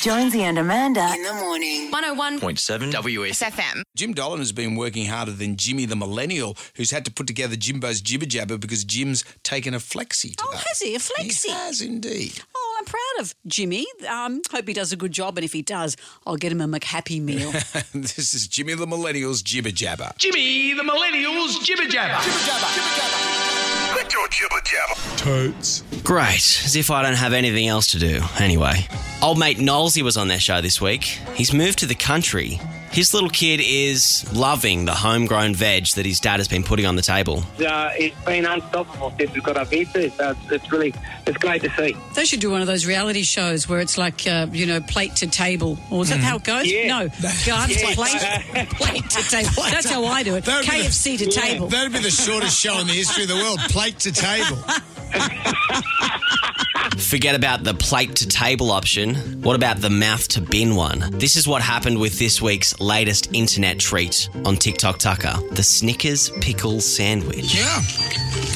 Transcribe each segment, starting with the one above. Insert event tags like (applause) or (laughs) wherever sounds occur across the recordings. Jonesy and Amanda. in the morning. 101 101.7 WS. FM. Jim Dolan has been working harder than Jimmy the Millennial, who's had to put together Jimbo's jibber jabber because Jim's taken a flexi. Today. Oh, has he? A flexi? He has indeed. Oh, I'm proud of Jimmy. Um, hope he does a good job, and if he does, I'll get him a McHappy (laughs) meal. this is Jimmy the Millennial's jibber jabber. Jimmy, the millennials jibber jabber. Quit your jibber jabber. Great, as if I don't have anything else to do. Anyway, old mate Knowlesy was on their show this week. He's moved to the country. His little kid is loving the homegrown veg that his dad has been putting on the table. uh, it's been unstoppable since we got up here too. So it's, it's really it's great to see. they should do one of those reality shows where it's like, uh, you know, plate to table. Or is Mm-hmm. that how it goes? Yeah. No, garden's plate, plate to table. (laughs) That's how I do it. That would be the- KFC to table. That'd be the shortest show in the history of the world. Plate to table. Forget about the plate to table option. What about the mouth to bin one? This is what happened with this week's latest internet treat on TikTok Tucker the Snickers pickle (laughs) sandwich. Yeah,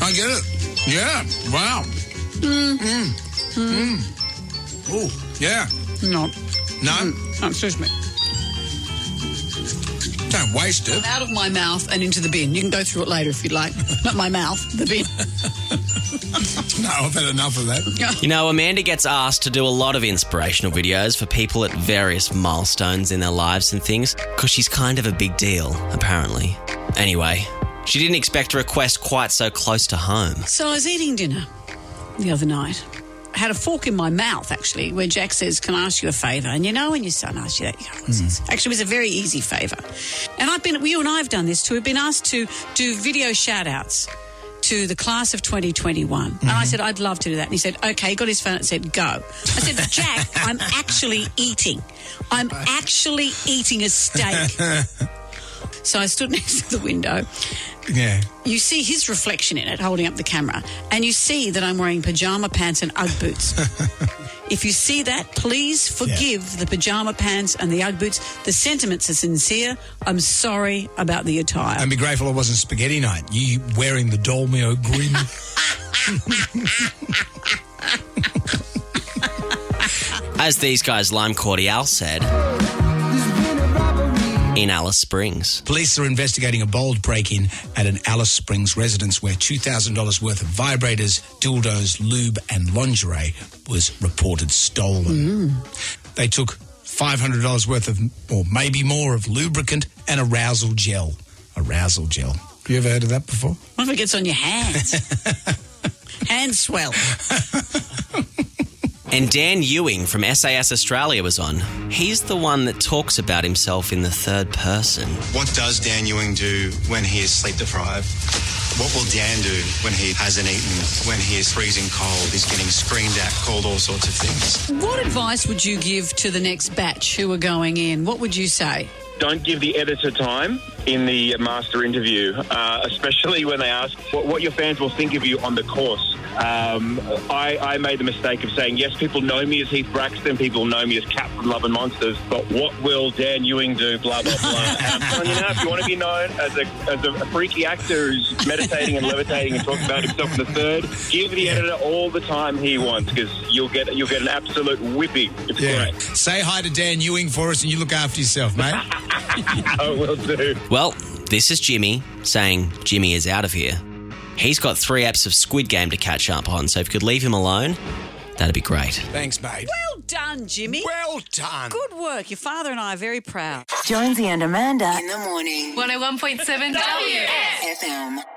I get it. Yeah, wow. Mm. Mm. Mm. Oh, yeah. no, Mm. No, no, excuse me. don't waste it. Out of my mouth and into the bin. You can go through it later if you'd like. Not my mouth, the bin. (laughs) No, I've had enough of that. You know, Amanda gets asked to do a lot of inspirational videos for people at various milestones in their lives and things because she's kind of a big deal, apparently. Anyway, she didn't expect a request quite so close to home. So I was eating dinner the other night. I had a fork in my mouth, actually, where Jack says, Can I ask you a favour? And you know, when your son asks you that, you go, "What's this?" Actually, it was a very easy favour. And I've been, you and I have done this too. We've been asked to do video shout outs to the class of 2021. And I said, I'd love to do that. And he said, Okay, he got his phone and said, Go. I said, Jack, I'm actually eating. I'm actually eating a steak. so I stood next to the window Yeah. you see his reflection in it holding up the camera, and you see that I'm wearing pajama pants and Ugg boots. if you see that, please forgive the pajama pants and the Ugg boots. The sentiments are sincere. I'm sorry about the attire. And be grateful it wasn't spaghetti night. You wearing the Dolmio grin. (laughs) As these guys, Lime Cordial said, in Alice Springs. Police are investigating a bold break in at an Alice Springs residence where $2,000 worth of vibrators, dildos, lube, and lingerie was reported stolen. They took $500 worth of, or maybe more, of lubricant and arousal gel. Arousal gel. You ever heard of that before? What if it gets on your hands? Hand swell. And Dan Ewing from SAS Australia was on. He's the one that talks about himself in the third person. What does Dan Ewing do when he is sleep deprived? What will Dan do when he hasn't eaten, when he is freezing cold, he's getting screamed at, called all sorts of things? What advice would you give to the next batch who are going in? What would you say? Don't give the editor time in the master interview, uh, especially when they ask what, what your fans will think of you on the course. Um, I, I made the mistake of saying, yes, people know me as Heath Braxton, people know me as Cap from Love and Monsters, but what will Dan Ewing do? Blah, blah, blah. And I'm telling you now, if you want to be known as a, as a freaky actor who's meditating and levitating and talking about himself in the third, give the editor all the time he wants because you'll get, you'll get an absolute whipping. It's great. Say hi to Dan Ewing for us and you look after yourself, mate. I will do. Well, this is Jimmy saying Jimmy is out of here. He's got three apps of Squid Game to catch up on, so if you could leave him alone, that'd be great. (laughs) Thanks, mate. Well done, Jimmy. Well done. Good work. Your father and I are very proud. Jonesy and Amanda. In the morning. 101.7 WS. FM.